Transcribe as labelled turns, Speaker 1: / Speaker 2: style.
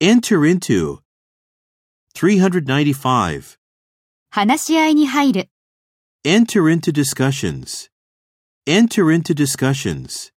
Speaker 1: Enter into. 395.
Speaker 2: 話し合いに入る。
Speaker 1: Enter into discussions. Enter into discussions.